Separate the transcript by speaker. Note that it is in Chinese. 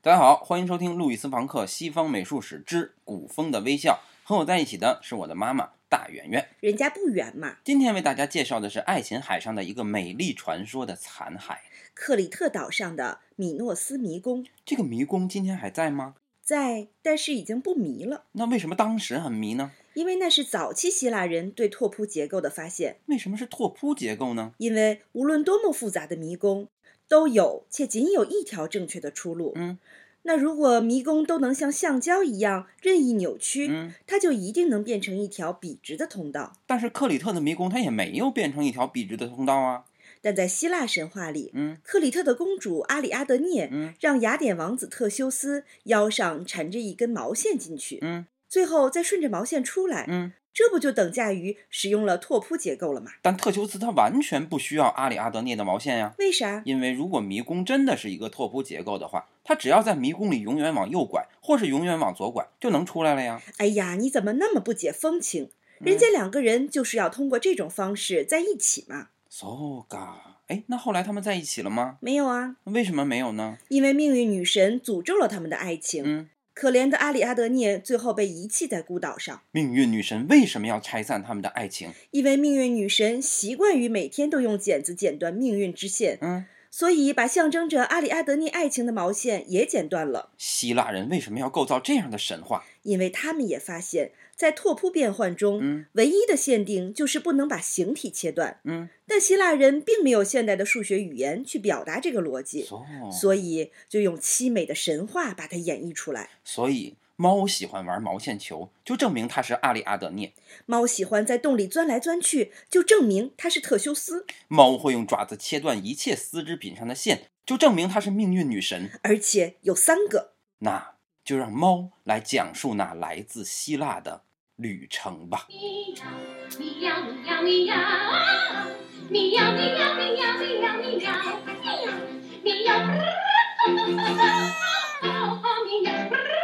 Speaker 1: 大家好，欢迎收听路易斯·房克《西方美术史之古风的微笑》。和我在一起的是我的妈妈大圆圆。
Speaker 2: 人家不远嘛，
Speaker 1: 今天为大家介绍的是爱琴海上的一个美丽传说的残骸。
Speaker 2: 克里特岛上的米诺斯迷宫
Speaker 1: 这个迷宫今天还在吗？
Speaker 2: 在，但是已经不迷了，
Speaker 1: 那为什么当时很迷呢？
Speaker 2: 因为那是早期希腊人对拓扑结构的发现。
Speaker 1: 为什么是拓扑结构呢？
Speaker 2: 因为无论多么复杂的迷宫，都有且仅有一条正确的出路。
Speaker 1: 嗯，
Speaker 2: 那如果迷宫都能像橡胶一样任意扭曲，
Speaker 1: 嗯，
Speaker 2: 它就一定能变成一条笔直的通道。
Speaker 1: 但是克里特的迷宫它也没有变成一条笔直的通道啊。
Speaker 2: 但在希腊神话里，
Speaker 1: 嗯
Speaker 2: 克里特的公主阿里阿德涅
Speaker 1: 嗯
Speaker 2: 让雅典王子特修斯腰上缠着一根毛线进去，
Speaker 1: 嗯
Speaker 2: 最后再顺着毛线出来，
Speaker 1: 嗯。
Speaker 2: 这不就等价于使用了拓扑结构了吗？
Speaker 1: 但特修斯他完全不需要阿里阿德涅的毛线呀、
Speaker 2: 为啥？
Speaker 1: 因为如果迷宫真的是一个拓扑结构的话，他只要在迷宫里永远往右拐，或是永远往左拐，就能出来了呀。
Speaker 2: 哎呀，你怎么那么不解风情？人
Speaker 1: 嗯
Speaker 2: 家两个人就是要通过这种方式在一起嘛。
Speaker 1: So ga，哎，那后来他们在一起了吗？
Speaker 2: 没有啊，
Speaker 1: 为什么没有呢？
Speaker 2: 因为命运女神诅咒了他们的爱情。
Speaker 1: 嗯，
Speaker 2: 可怜的阿里阿德涅最后被遗弃在孤岛上，
Speaker 1: 命运女神为什么要拆散他们的爱情？
Speaker 2: 因为命运女神习惯于每天都用剪子剪断命运之线，
Speaker 1: 嗯，
Speaker 2: 所以把象征着阿里阿德涅爱情的毛线也剪断了。
Speaker 1: 希腊人为什么要构造这样的神话？
Speaker 2: 因为他们也发现，在拓扑变换中，
Speaker 1: 嗯
Speaker 2: 唯一的限定就是不能把形体切断。
Speaker 1: 嗯
Speaker 2: 但希腊人并没有现代的数学语言去表达这个逻辑，
Speaker 1: ，so，
Speaker 2: 所以就用凄美的神话把它演绎出来。
Speaker 1: 所以猫喜欢玩毛线球，就证明它是阿里阿德涅。
Speaker 2: 猫喜欢在洞里钻来钻去，就证明它是特修斯，
Speaker 1: 猫会用爪子切断一切丝织品上的线，就证明它是命运女神。
Speaker 2: 而且有三个。
Speaker 1: 那就让猫来讲述那来自希腊的旅程吧。
Speaker 3: 咪呀咪呀咪呀啊，咪呀咪呀咪呀咪呀咪呀，咪呀咪呀，咪呀，咪呀。